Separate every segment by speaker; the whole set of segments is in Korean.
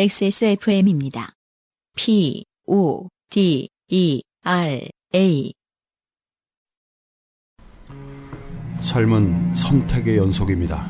Speaker 1: XSFM입니다. P, O, D, E, R, A.
Speaker 2: 삶은 선택의 연속입니다.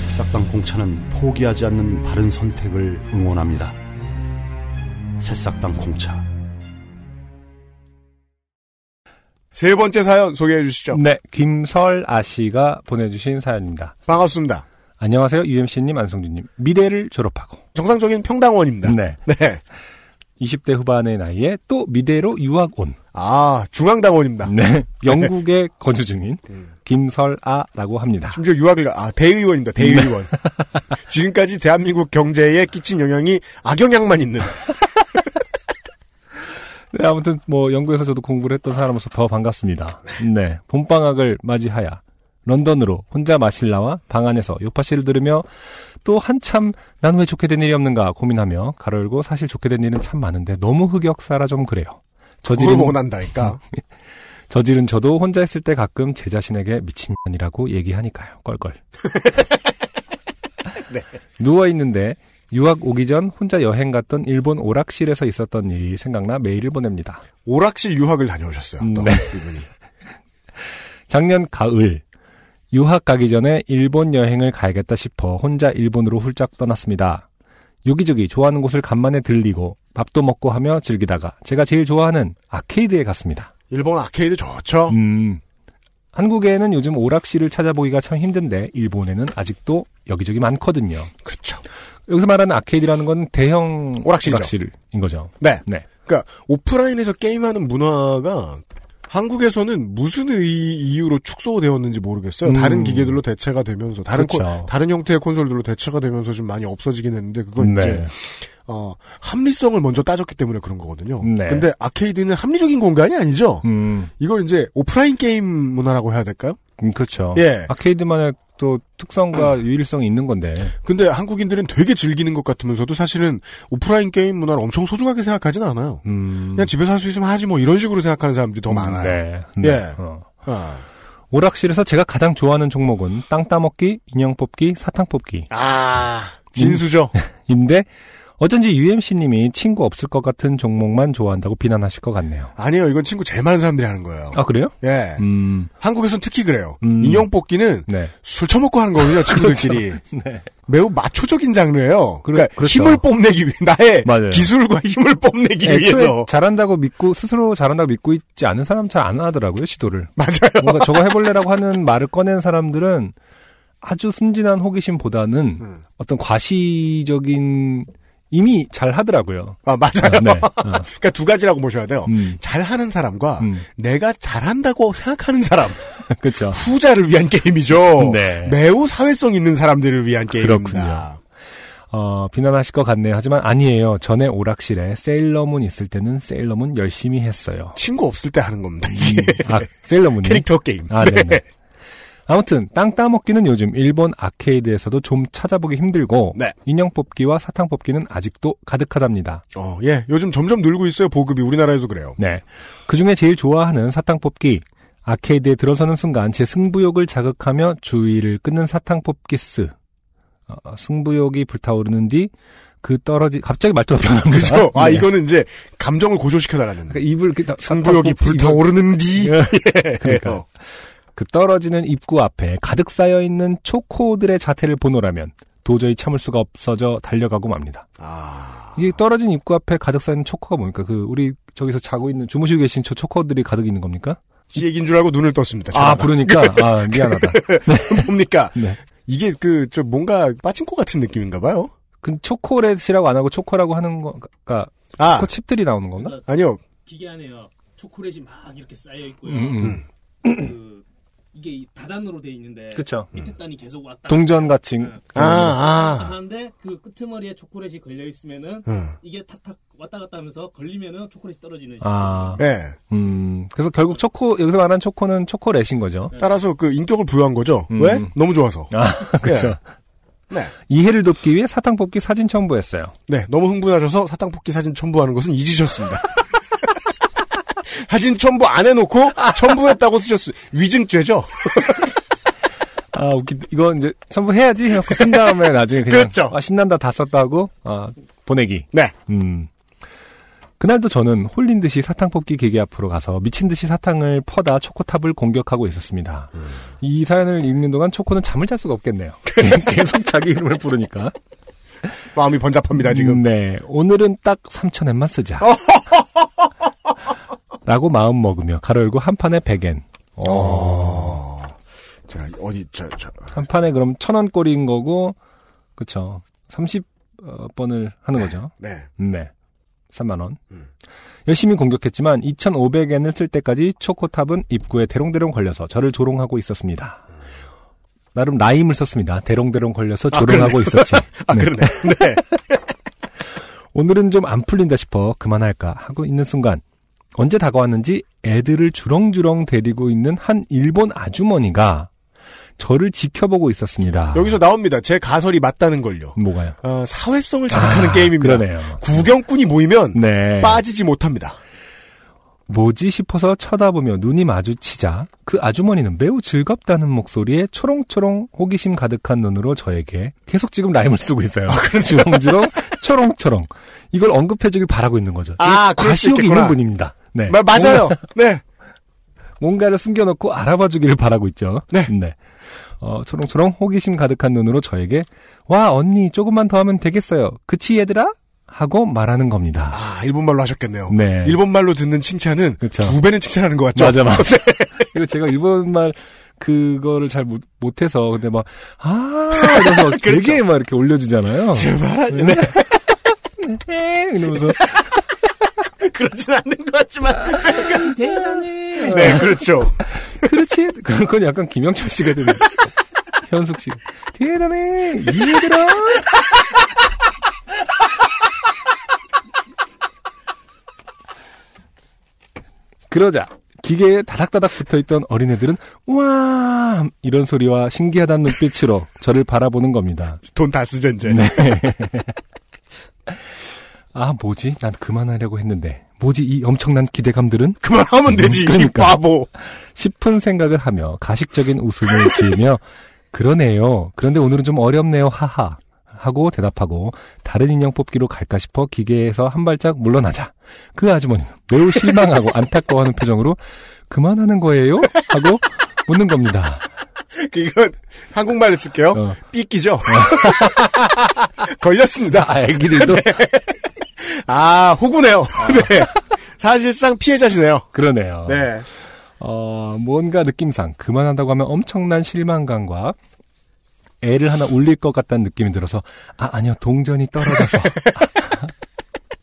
Speaker 2: 새싹당 공차는 포기하지 않는 바른 선택을 응원합니다. 새싹당 공차.
Speaker 3: 세 번째 사연 소개해 주시죠.
Speaker 4: 네, 김설아 씨가 보내주신 사연입니다.
Speaker 3: 반갑습니다.
Speaker 4: 안녕하세요, UMC님, 안성준님. 미대를 졸업하고,
Speaker 3: 정상적인 평당원입니다.
Speaker 4: 네,
Speaker 3: 네.
Speaker 4: 20대 후반의 나이에 또 미대로 유학 온,
Speaker 3: 아, 중앙당원입니다.
Speaker 4: 네, 영국에 거주 중인 김설아라고 합니다.
Speaker 3: 심지어 유학을, 가- 아, 대의원입니다. 대의원. 지금까지 대한민국 경제에 끼친 영향이 악영향만 있는.
Speaker 4: 네, 아무튼 뭐 영국에서 저도 공부를 했던 사람으로서 더 반갑습니다. 네, 봄방학을 맞이하여 런던으로 혼자 마실 나와 방 안에서 요파 씨를 들으며 또 한참 난 왜 좋게 된 일이 없는가 고민하며 가로 열고 사실 좋게 된 일은 참 많은데 너무 흑역사라 좀 그래요.
Speaker 3: 그걸
Speaker 4: 저지른,
Speaker 3: 원한다니까.
Speaker 4: 저지른 저도 혼자 있을 때 가끔 제 자신에게 미친년이라고 얘기하니까요. 껄껄. 누워있는데 유학 오기 전 혼자 여행 갔던 일본 오락실에서 있었던 일이 생각나 메일을 보냅니다.
Speaker 3: 오락실 유학을 다녀오셨어요. 또
Speaker 4: 네.
Speaker 3: 이분이.
Speaker 4: 작년 가을 유학 가기 전에 일본 여행을 가야겠다 싶어 혼자 일본으로 훌쩍 떠났습니다. 여기저기 좋아하는 곳을 간만에 들리고 밥도 먹고 하며 즐기다가 제가 제일 좋아하는 아케이드에 갔습니다.
Speaker 3: 일본 아케이드 좋죠.
Speaker 4: 음. 한국에는 요즘 오락실을 찾아보기가 참 힘든데 일본에는 아직도 여기저기 많거든요.
Speaker 3: 그렇죠.
Speaker 4: 여기서 말하는 아케이드라는 건 대형
Speaker 3: 오락실이죠.
Speaker 4: 오락실인 거죠.
Speaker 3: 네.
Speaker 4: 네.
Speaker 3: 그러니까 오프라인에서 게임하는 문화가 한국에서는 무슨 의- 이유로 축소되었는지 모르겠어요.
Speaker 4: 음.
Speaker 3: 다른 기계들로 대체가 되면서 다른
Speaker 4: 그렇죠.
Speaker 3: 콘- 다른 형태의 콘솔들로 대체가 되면서 좀 많이 없어지긴 했는데 그건 이제
Speaker 4: 네.
Speaker 3: 어, 합리성을 먼저 따졌기 때문에 그런 거거든요.
Speaker 4: 네.
Speaker 3: 근데 아케이드는 합리적인 공간이 아니죠.
Speaker 4: 음,
Speaker 3: 이걸 이제 오프라인 게임 문화라고 해야 될까요?
Speaker 4: 음, 그렇죠.
Speaker 3: 예.
Speaker 4: 아케이드만의 또 특성과 유일성이 있는 건데.
Speaker 3: 근데 한국인들은 되게 즐기는 것 같으면서도 사실은 오프라인 게임 문화를 엄청 소중하게 생각하진 않아요.
Speaker 4: 음.
Speaker 3: 그냥 집에서 할 수 있으면 하지 뭐 이런 식으로 생각하는 사람들이 더 많아요.
Speaker 4: 네.
Speaker 3: 예.
Speaker 4: 어.
Speaker 3: 아.
Speaker 4: 오락실에서 제가 가장 좋아하는 종목은 땅 따먹기, 인형 뽑기, 사탕 뽑기인데
Speaker 3: 아, 진수죠.
Speaker 4: 어쩐지 UMC님이 친구 없을 것 같은 종목만 좋아한다고 비난하실 것 같네요.
Speaker 3: 아니에요. 이건 친구 제일 많은 사람들이 하는 거예요.
Speaker 4: 아 그래요?
Speaker 3: 예.
Speaker 4: 음,
Speaker 3: 한국에선 특히 그래요.
Speaker 4: 음.
Speaker 3: 인형 뽑기는
Speaker 4: 네.
Speaker 3: 술 처먹고 하는 거거든요, 친구들끼리.
Speaker 4: 네.
Speaker 3: 매우 마초적인 장르예요.
Speaker 4: 그래-
Speaker 3: 그러니까
Speaker 4: 그렇죠.
Speaker 3: 힘을 뽐내기 위해 나의
Speaker 4: 맞아요.
Speaker 3: 기술과 힘을 뽐내기
Speaker 4: 네, 애초에
Speaker 3: 예, 위해서
Speaker 4: 잘한다고 믿고 스스로 잘한다고 믿고 있지 않은 사람 잘 안 하더라고요 시도를.
Speaker 3: 맞아요.
Speaker 4: 뭔가 저거 해볼래라고 하는 말을 꺼낸 사람들은 아주 순진한 호기심보다는
Speaker 3: 음.
Speaker 4: 어떤 과시적인 이미 잘 하더라고요.
Speaker 3: 아 맞아요.
Speaker 4: 아, 네. 아,
Speaker 3: 그러니까 두 가지라고 보셔야 돼요.
Speaker 4: 음,
Speaker 3: 잘하는 사람과
Speaker 4: 음,
Speaker 3: 내가 잘한다고 생각하는 사람
Speaker 4: 그렇죠.
Speaker 3: 후자를 위한 게임이죠.
Speaker 4: 네.
Speaker 3: 매우 사회성 있는 사람들을 위한
Speaker 4: 그렇군요.
Speaker 3: 게임입니다.
Speaker 4: 어, 비난하실 것 같네요. 하지만 아니에요. 전에 오락실에 세일러문 있을 때는 세일러문 열심히 했어요.
Speaker 3: 친구 없을 때 하는 겁니다.
Speaker 4: 음,
Speaker 3: 이게
Speaker 4: 아, 세일러문.
Speaker 3: 캐릭터 게임.
Speaker 4: 아, 네네. 아무튼, 땅 따먹기는 요즘 일본 아케이드에서도 좀 찾아보기 힘들고,
Speaker 3: 네.
Speaker 4: 인형 뽑기와 사탕 뽑기는 아직도 가득하답니다.
Speaker 3: 어, 예. 요즘 점점 늘고 있어요. 보급이 우리나라에도 그래요.
Speaker 4: 네. 그 중에 제일 좋아하는 사탕 뽑기. 아케이드에 들어서는 순간 제 승부욕을 자극하며 주의를 끊는 사탕 뽑기스. 어, 승부욕이 불타오르는 뒤 그 떨어지 갑자기 말투가 변합니다.
Speaker 3: 그죠? 아,
Speaker 4: 네.
Speaker 3: 이거는 이제 감정을 고조시켜달라는.
Speaker 4: 그러니까 입을 이렇게 다-
Speaker 3: 승부욕이
Speaker 4: 다-
Speaker 3: 불타오르는디.
Speaker 4: 입을- 그러니까
Speaker 3: 어.
Speaker 4: 그 떨어지는 입구 앞에 가득 쌓여 있는 초코들의 자태를 보노라면 도저히 참을 수가 없어져 달려가고 맙니다.
Speaker 3: 아.
Speaker 4: 이게 떨어진 입구 앞에 가득 쌓여 있는 초코가 뭡니까? 그 우리 저기서 자고 있는 주무시고 계신 저 초코들이 가득 있는 겁니까?
Speaker 3: 이 얘기인 줄 알고 눈을 떴습니다. 자,
Speaker 4: 아 부르니까 아 미안하다.
Speaker 3: 뭡니까?
Speaker 4: 네.
Speaker 3: 이게 그, 저 뭔가 빠친코 같은 느낌인가 봐요.
Speaker 4: 그 초콜릿이라고 안 하고 초코라고 하는 거가
Speaker 3: 아,
Speaker 4: 초코 칩들이 나오는 건가?
Speaker 3: 아니요.
Speaker 5: 기계 안에요. 초콜릿이 막 이렇게 쌓여 있고요.
Speaker 4: 음, 음.
Speaker 5: 그 이게 이 다단으로 돼 있는데
Speaker 4: 그쵸.
Speaker 5: 밑에 단이 계속 왔다
Speaker 4: 동전 같은.
Speaker 5: 응.
Speaker 3: 아, 아.
Speaker 5: 하는데 그 끄트머리에 초콜릿이 걸려 있으면은
Speaker 3: 응.
Speaker 5: 이게 탁탁 왔다 갔다 하면서 걸리면은 초콜릿이 떨어지는 식.
Speaker 4: 아,
Speaker 3: 예.
Speaker 4: 음. 그래서 결국 초코 여기서 말하는 초코는 초콜릿인 거죠.
Speaker 3: 따라서 그 인격을 부여한 거죠.
Speaker 4: 음.
Speaker 3: 왜? 너무 좋아서.
Speaker 4: 아, 그렇죠.
Speaker 3: 예. 네.
Speaker 4: 이해를 돕기 위해 사탕 뽑기 사진 첨부했어요.
Speaker 3: 네. 너무 흥분하셔서 사탕 뽑기 사진 첨부하는 것은 잊으셨습니다. 사진 첨부 안 해놓고 첨부했다고 쓰셨, 위증죄죠?
Speaker 4: 아, 아, 웃기, 이건 이제 첨부 해야지 해갖고 쓴 다음에 나중에 그냥.
Speaker 3: 그렇죠.
Speaker 4: 아, 신난다 다 썼다 하고, 아, 보내기.
Speaker 3: 네.
Speaker 4: 음. 그날도 저는 홀린 듯이 사탕 뽑기 기계 앞으로 가서 미친 듯이 사탕을 퍼다 초코탑을 공격하고 있었습니다. 이 사연을 읽는 동안 초코는 잠을 잘 수가 없겠네요. 계속 자기 이름을 부르니까.
Speaker 3: 마음이 번잡합니다, 지금.
Speaker 4: 음, 네. 오늘은 딱 3,000엔만 쓰자. 라고 마음 먹으며 가로 열고 한 판에 100엔.
Speaker 3: 어. 자, 어디, 자, 자.
Speaker 4: 한 판에 그럼 1,000원 꼴인 거고 그쵸 어, 30번을 하는 거죠.
Speaker 3: 네.
Speaker 4: 네. 3만 원.
Speaker 3: 음.
Speaker 4: 열심히 공격했지만 2,500엔을 쓸 때까지 초코탑은 입구에 대롱대롱 걸려서 저를 조롱하고 있었습니다. 나름 라임을 썼습니다. 대롱대롱 걸려서 조롱하고 있었지.
Speaker 3: 아,
Speaker 4: 네.
Speaker 3: 그러네. 네.
Speaker 4: 오늘은 좀 안 풀린다 싶어 그만할까 하고 있는 순간 언제 다가왔는지 애들을 주렁주렁 데리고 있는 한 일본 아주머니가 저를 지켜보고 있었습니다.
Speaker 3: 여기서 나옵니다. 제 가설이 맞다는 걸요.
Speaker 4: 뭐가요?
Speaker 3: 어, 사회성을 자극하는
Speaker 4: 아,
Speaker 3: 게임입니다.
Speaker 4: 그러네요.
Speaker 3: 구경꾼이 모이면
Speaker 4: 네.
Speaker 3: 빠지지 못합니다.
Speaker 4: 뭐지 싶어서 쳐다보며 눈이 마주치자 그 아주머니는 매우 즐겁다는 목소리에 초롱초롱 호기심 가득한 눈으로 저에게 계속 지금 라임을 쓰고 있어요. 주렁주렁 초롱초롱 이걸 언급해주길 바라고 있는 거죠.
Speaker 3: 아,
Speaker 4: 이게
Speaker 3: 그럴 수
Speaker 4: 과시욕이
Speaker 3: 있겠구나.
Speaker 4: 있는 분입니다. 네.
Speaker 3: 마- 맞아요. 네.
Speaker 4: 뭔가를 숨겨놓고 알아봐 주기를 바라고 있죠.
Speaker 3: 네.
Speaker 4: 어, 초롱초롱 호기심 가득한 눈으로 저에게 와 언니 조금만 더 하면 되겠어요. 그치 얘들아? 하고 말하는 겁니다.
Speaker 3: 아, 일본말로 하셨겠네요.
Speaker 4: 네.
Speaker 3: 일본말로 듣는 칭찬은
Speaker 4: 그쵸.
Speaker 3: 두 배는 칭찬하는 것 같죠?
Speaker 4: 맞아, 맞아.
Speaker 3: 네.
Speaker 4: 그리고 제가 일본말 그거를 잘 못, 못해서, 근데 막, 아, 이러면서 되게 막 이렇게 올려주잖아요.
Speaker 3: 그렇죠. 제발, 하-
Speaker 4: 네. 네, 이러면서.
Speaker 3: 그렇진 않는 것 같지만.
Speaker 5: 대단해.
Speaker 3: 네, 그렇죠.
Speaker 4: 그렇지. 그건 약간 김영철 씨가 되네. 현숙 씨. 대단해. 얘들아. 그러자 기계에 다닥다닥 붙어있던 어린애들은 우와 이런 소리와 신기하다는 눈빛으로 저를 바라보는 겁니다.
Speaker 3: 돈 다 쓰죠, 이제.
Speaker 4: 네. 아 뭐지? 난 그만하려고 했는데 뭐지 이 엄청난 기대감들은?
Speaker 3: 그만하면 되지, 이
Speaker 4: 그러니까.
Speaker 3: 바보.
Speaker 4: 싶은 생각을 하며 가식적인 웃음을 지으며 그러네요. 그런데 오늘은 좀 어렵네요. 하하. 하고 대답하고 다른 인형 뽑기로 갈까 싶어 기계에서 한 발짝 물러나자. 그 아주머니는 매우 실망하고 안타까워하는 표정으로 그만하는 거예요? 하고 묻는 겁니다.
Speaker 3: 이건 한국말을 쓸게요.
Speaker 4: 어.
Speaker 3: 삐끼죠? 걸렸습니다.
Speaker 4: 아, 애기들도
Speaker 3: 아, 호구네요. 네. 사실상 피해자시네요.
Speaker 4: 그러네요.
Speaker 3: 네.
Speaker 4: 어, 뭔가 느낌상 그만한다고 하면 엄청난 실망감과 애를 하나 울릴 것 같다는 느낌이 들어서 아 아니요 동전이 떨어져서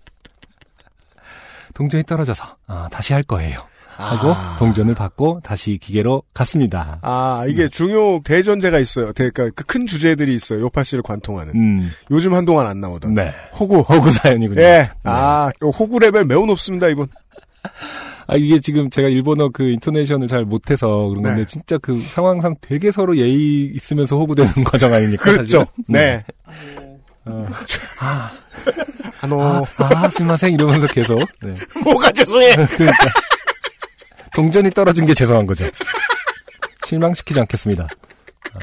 Speaker 4: 동전이 떨어져서 아, 다시 할 거예요 하고
Speaker 3: 아.
Speaker 4: 동전을 받고 다시 기계로 갔습니다.
Speaker 3: 아, 이게
Speaker 4: 음.
Speaker 3: 중요 대전제가 있어요. 대- 그러니까 그큰 주제들이 있어요. 요파 씨를 관통하는.
Speaker 4: 음,
Speaker 3: 요즘 한동안 안 나오던.
Speaker 4: 네
Speaker 3: 호구.
Speaker 4: 허구 사연이군요.
Speaker 3: 예. 아, 요 호구 레벨 매우 높습니다, 이분.
Speaker 4: 아, 이게 지금 제가 일본어 그 인토네이션을 잘 못해서 그런 건데
Speaker 3: 네.
Speaker 4: 진짜 그 상황상 되게 서로 예의 있으면서 호구되는 과정 아닙니까?
Speaker 3: 그렇죠.
Speaker 4: 사실은?
Speaker 3: 네.
Speaker 4: 음. 아,
Speaker 3: 한호.
Speaker 4: 아, 스마생 이러면서 계속. 네.
Speaker 3: 뭐가 죄송해.
Speaker 4: 그러니까. 동전이 떨어진 게 죄송한 거죠. 실망시키지 않겠습니다. 아.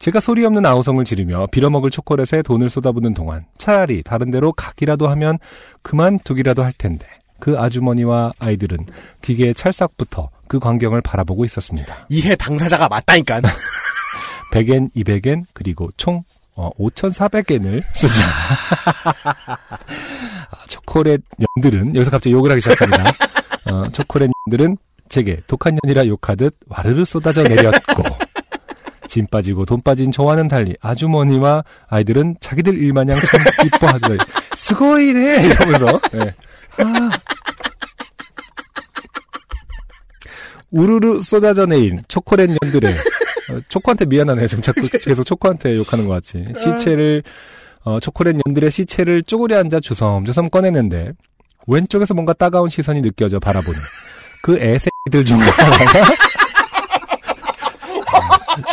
Speaker 4: 제가 소리 없는 아우성을 지르며 빌어먹을 초콜릿에 돈을 쏟아붓는 동안 차라리 다른 데로 가기라도 하면 그만두기라도 할 텐데 그 아주머니와 아이들은 기계의 찰싹부터 그 광경을 바라보고 있었습니다.
Speaker 3: 이해 당사자가 맞다니까.
Speaker 4: 100엔, 200엔 그리고 총 어, 5,400엔을 쓰자. 아, 초콜릿 년들은 여기서 갑자기 욕을 하기 시작합니다. 어, 초콜릿 년들은 제게 독한 년이라 욕하듯 와르르 쏟아져 내렸고 짐 빠지고 돈 빠진 저와는 달리 아주머니와 아이들은 자기들 일마냥 참 기뻐하더니 스고이네 이러면서 네. 아. 우르르 쏟아져 내린 초콜릿 년들의 어, 초코한테 미안하네요. 지금 자꾸 계속 초코한테 욕하는 것 같이. 시체를, 어, 초콜릿 년들의 시체를 쪼그려 앉아 주섬주섬 꺼내는데, 왼쪽에서 뭔가 따가운 시선이 느껴져 바라보는 그 애새들 중 하나가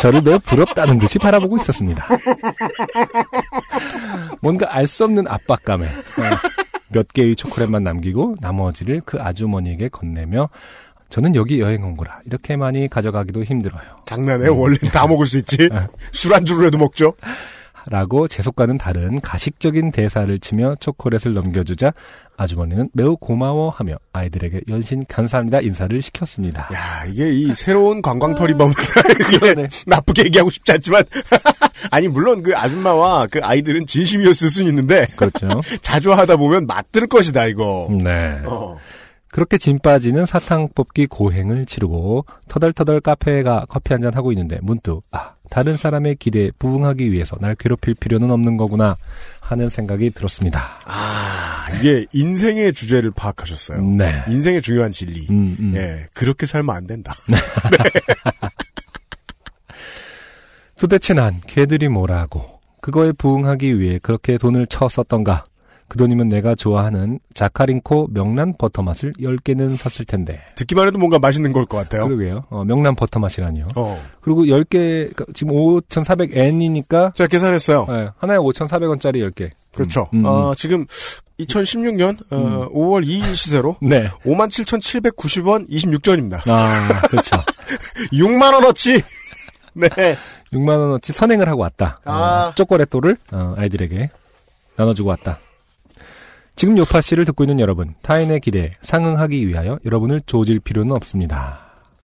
Speaker 4: 저를 매우 부럽다는 듯이 바라보고 있었습니다. 뭔가 알 수 없는 압박감에 어, 몇 개의 초콜릿만 남기고 나머지를 그 아주머니에게 건네며 저는 여기 여행 온 거라 이렇게 많이 가져가기도 힘들어요.
Speaker 3: 장난해. 요 원래 다 먹을 수 있지.
Speaker 4: 음.
Speaker 3: 술안주로라도 먹죠.
Speaker 4: 라고 재속과는 다른 가식적인 대사를 치며 초콜릿을 넘겨주자 아주머니는 매우 고마워하며 아이들에게 연신 감사합니다 인사를 시켰습니다.
Speaker 3: 야, 이게 이 새로운 관광털이 범 이게
Speaker 4: 그러네.
Speaker 3: 나쁘게 얘기하고 싶지 않지만 아니 물론 그 아줌마와 그 아이들은 진심이었을 순 있는데
Speaker 4: 그렇죠.
Speaker 3: 자주 하다 보면 맞들 것이다 이거.
Speaker 4: 네.
Speaker 3: 어.
Speaker 4: 그렇게 짐 빠지는 사탕 뽑기 고행을 치르고 터덜터덜 카페에 가 커피 한잔 하고 있는데 문득 아 다른 사람의 기대에 부응하기 위해서 날 괴롭힐 필요는 없는 거구나 하는 생각이 들었습니다.
Speaker 3: 아, 이게 인생의 주제를 파악하셨어요.
Speaker 4: 네.
Speaker 3: 인생의 중요한 진리.
Speaker 4: 음, 음. 네.
Speaker 3: 예, 그렇게 살면 안 된다.
Speaker 4: 도대체 난 걔들이 뭐라고 그거에 부응하기 위해 그렇게 돈을 쳐 썼던가 그 돈이면 내가 좋아하는 자카링코 명란 버터 맛을 10개는 샀을 텐데
Speaker 3: 듣기만 해도 뭔가 맛있는 걸 것 같아요.
Speaker 4: 그러게요 어, 명란 버터 맛이라니요
Speaker 3: 어.
Speaker 4: 그리고 10개 그러니까 지금 5,400엔이니까 네,
Speaker 3: 제가 계산했어요.
Speaker 4: 하나에 5,400원짜리 10개
Speaker 3: 그렇죠.
Speaker 4: 아, 음, 음.
Speaker 3: 아, 지금 2016년 어, 5월 2일 시세로
Speaker 4: 네
Speaker 3: 57,790원 26전입니다.
Speaker 4: 아, 그렇죠.
Speaker 3: 6만 원어치. 네.
Speaker 4: 6만 원어치 선행을 하고 왔다.
Speaker 3: 아.
Speaker 4: 어, 초콜릿돌을 어, 아이들에게 나눠주고 왔다. 지금 요파 씨를 듣고 있는 여러분, 타인의 기대에 상응하기 위하여 여러분을 조질 필요는 없습니다.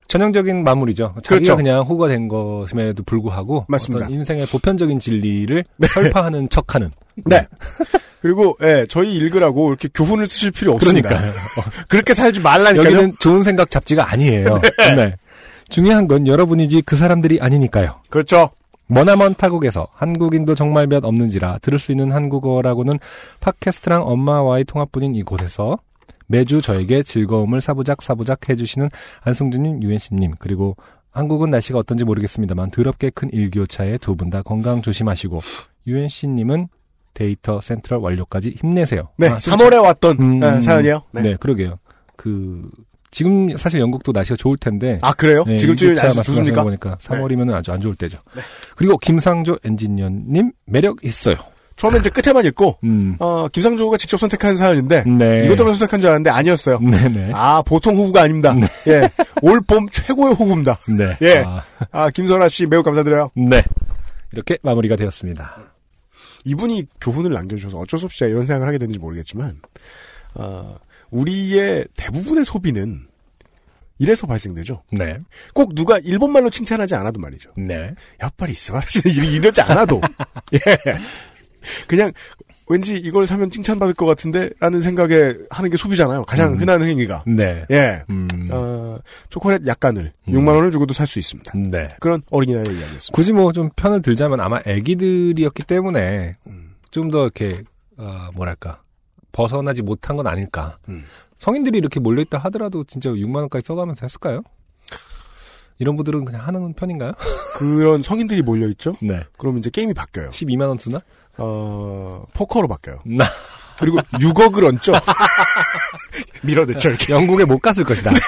Speaker 4: 전형적인 마무리죠. 자기가
Speaker 3: 그렇죠.
Speaker 4: 그냥 호가 된 것임에도 불구하고
Speaker 3: 맞습니다.
Speaker 4: 어떤 인생의 보편적인 진리를 설파하는 척하는
Speaker 3: 네. 그리고 예, 저희 읽으라고 이렇게 교훈을 쓰실 필요 없습니다.
Speaker 4: 그러니까요.
Speaker 3: 그렇게 살지 말라니까요.
Speaker 4: 여기는 좋은 생각 잡지가 아니에요. 네. 중요한 건 여러분이지 그 사람들이 아니니까요.
Speaker 3: 그렇죠.
Speaker 4: 머나먼 타국에서 한국인도 정말 몇 없는지라 들을 수 있는 한국어라고는 팟캐스트랑 엄마와의 통합뿐인 이곳에서 매주 저에게 즐거움을 사부작 사부작 해주시는 안승준님, 유엔씨님 그리고 한국은 날씨가 어떤지 모르겠습니다만 더럽게 큰 일교차에 두 분 다 건강 조심하시고 유엔씨님은 데이터 센트럴 완료까지 힘내세요.
Speaker 3: 네.
Speaker 4: 아,
Speaker 3: 3월에 왔던
Speaker 4: 음.
Speaker 3: 예, 사연이요.
Speaker 4: 네. 그러게요. 그 지금 사실 영국도 날씨가 좋을 텐데
Speaker 3: 아 그래요?
Speaker 4: 네,
Speaker 3: 지금쯤이
Speaker 4: 일교차
Speaker 3: 날씨
Speaker 4: 말씀하시는
Speaker 3: 좋습니까?
Speaker 4: 거
Speaker 3: 네.
Speaker 4: 보니까 3월이면 아주 안 좋을 때죠. 그리고 김상조 엔지니어님 매력 있어요.
Speaker 3: 처음에 이제 끝에만 읽고
Speaker 4: 음.
Speaker 3: 어, 김상조가 직접 선택한 사연인데
Speaker 4: 네. 음,
Speaker 3: 이것 때문에 선택한 줄 알았는데 아니었어요.
Speaker 4: 네네.
Speaker 3: 아 보통 호구가 아닙니다. 예, 올 봄 최고의 호구입니다.
Speaker 4: 네.
Speaker 3: 예.
Speaker 4: 아,
Speaker 3: 아 김선아 씨 매우 감사드려요.
Speaker 4: 네. 이렇게 마무리가 되었습니다.
Speaker 3: 이분이 교훈을 남겨주셔서 어쩔 수 없이 제가 이런 생각을 하게 되는지 모르겠지만, 아, 우리의 대부분의 소비는 이래서 발생되죠.
Speaker 4: 네.
Speaker 3: 꼭 누가 일본말로 칭찬하지 않아도 말이죠.
Speaker 4: 네.
Speaker 3: 야빨이 스바라시네 이러지 않아도. 예. 그냥 왠지 이걸 사면 칭찬받을 것 같은데 라는 생각에 하는 게 소비잖아요. 가장 흔한 행위가.
Speaker 4: 네.
Speaker 3: 예.
Speaker 4: 음.
Speaker 3: 어, 초콜릿 약간을
Speaker 4: 음.
Speaker 3: 6만 원을 주고도 살 수 있습니다.
Speaker 4: 네.
Speaker 3: 그런 어린이날의 이야기였습니다.
Speaker 4: 굳이 뭐 좀 편을 들자면 아마 애기들이었기 때문에
Speaker 3: 음.
Speaker 4: 좀 더 이렇게 어, 뭐랄까 벗어나지 못한 건 아닐까.
Speaker 3: 음.
Speaker 4: 성인들이 이렇게 몰려 있다 하더라도 진짜 6만 원까지 써가면서 했을까요? 이런 분들은 그냥 하는 편인가요?
Speaker 3: 그런 성인들이 몰려 있죠.
Speaker 4: 네.
Speaker 3: 그럼 이제 게임이 바뀌어요.
Speaker 4: 12만 원 쓰나?
Speaker 3: 어, 포커로 바뀌어요.
Speaker 4: 나
Speaker 3: 그리고 6억을 얹죠. 밀어내죠, 이렇게.
Speaker 4: 영국에 못 갔을 것이다.
Speaker 3: 네.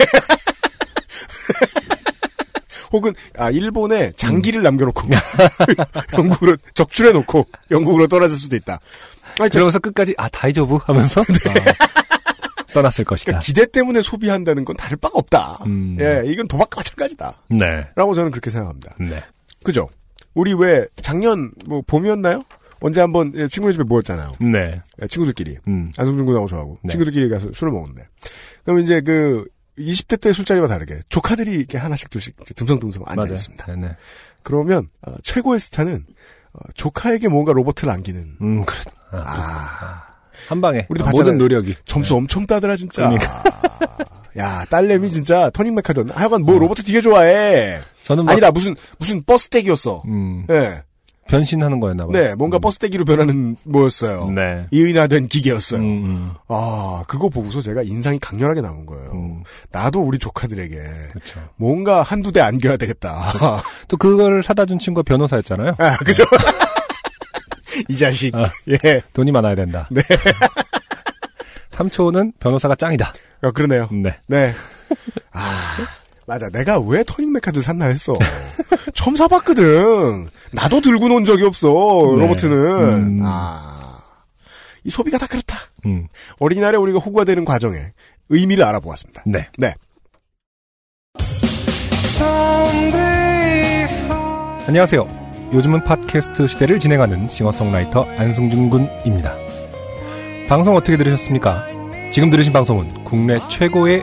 Speaker 3: 혹은, 아, 일본에 장기를 남겨놓고, 영국으로, 적출해놓고, 영국으로 떠나질 수도 있다. 아니, 저,
Speaker 4: 그러면서 끝까지 아 다이저브 하면서
Speaker 3: 네.
Speaker 4: 아, 떠났을 것이다.
Speaker 3: 그러니까 기대 때문에 소비한다는 건 다를 바가 없다.
Speaker 4: 음.
Speaker 3: 예, 이건 도박과 마찬가지다.
Speaker 4: 네,
Speaker 3: 라고 저는 그렇게 생각합니다.
Speaker 4: 네,
Speaker 3: 그죠? 우리 왜, 작년, 뭐, 봄이었나요? 언제 한번 예, 친구네 집에 모였잖아요.
Speaker 4: 네,
Speaker 3: 예, 친구들끼리.
Speaker 4: 음,
Speaker 3: 안성준 군하고 저하고
Speaker 4: 네.
Speaker 3: 친구들끼리 가서 술을 먹었는데 그럼 이제 그 20대 때 술자리와 다르게 조카들이 이렇게 하나씩 둘씩 이렇게 듬성듬성 앉아 있습니다.
Speaker 4: 네, 네,
Speaker 3: 그러면 어, 최고의 스타는 어, 조카에게 뭔가 로버트를 안기는
Speaker 4: 음, 그래. 그렇죠.
Speaker 3: 아
Speaker 4: 한 방에
Speaker 3: 우리도
Speaker 4: 아, 모든
Speaker 3: 봤잖아요.
Speaker 4: 노력이
Speaker 3: 점수 엄청 따더라 진짜.
Speaker 4: 그러니까.
Speaker 3: 아, 야 딸내미 진짜 터닝 메카던 하여간
Speaker 4: 네.
Speaker 3: 뭐 로버트 되게 좋아해.
Speaker 4: 저는 막,
Speaker 3: 아니다 무슨 무슨 버스 대기였어.
Speaker 4: 음,
Speaker 3: 네,
Speaker 4: 변신하는 거였나 봐요. 음.
Speaker 3: 네 뭔가 버스 대기로 변하는 뭐였어요.
Speaker 4: 네,
Speaker 3: 이인화된 기계였어요.
Speaker 4: 음, 음,
Speaker 3: 아 그거 보고서 제가 인상이 강렬하게 남은 거예요.
Speaker 4: 음,
Speaker 3: 나도 우리 조카들에게
Speaker 4: 그렇죠.
Speaker 3: 뭔가 한두 대 안겨야 되겠다.
Speaker 4: 또 그걸 사다 준 친구가 변호사였잖아요.
Speaker 3: 아, 그죠? 이 자식.
Speaker 4: 아.
Speaker 3: 예.
Speaker 4: 돈이 많아야 된다. 네. 삼촌은 변호사가 짱이다.
Speaker 3: 아, 그러네요.
Speaker 4: 네.
Speaker 3: 네. 아, 맞아. 내가 왜 터닝 메카드 샀나 했어. 처음 사봤거든. 나도 들고 논 적이 없어.
Speaker 4: 네.
Speaker 3: 로버트는.
Speaker 4: 음.
Speaker 3: 아. 이 소비가 다 그렇다.
Speaker 4: 음,
Speaker 3: 어린이날에 우리가 호구가 되는 과정에 의미를 알아보았습니다.
Speaker 4: 네. 안녕하세요. 요즘은 팟캐스트 시대를 진행하는 싱어송라이터 안승준 군입니다. 방송 어떻게 들으셨습니까? 지금 들으신 방송은 국내 최고의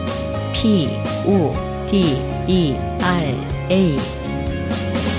Speaker 1: P, O, D, E, R, A.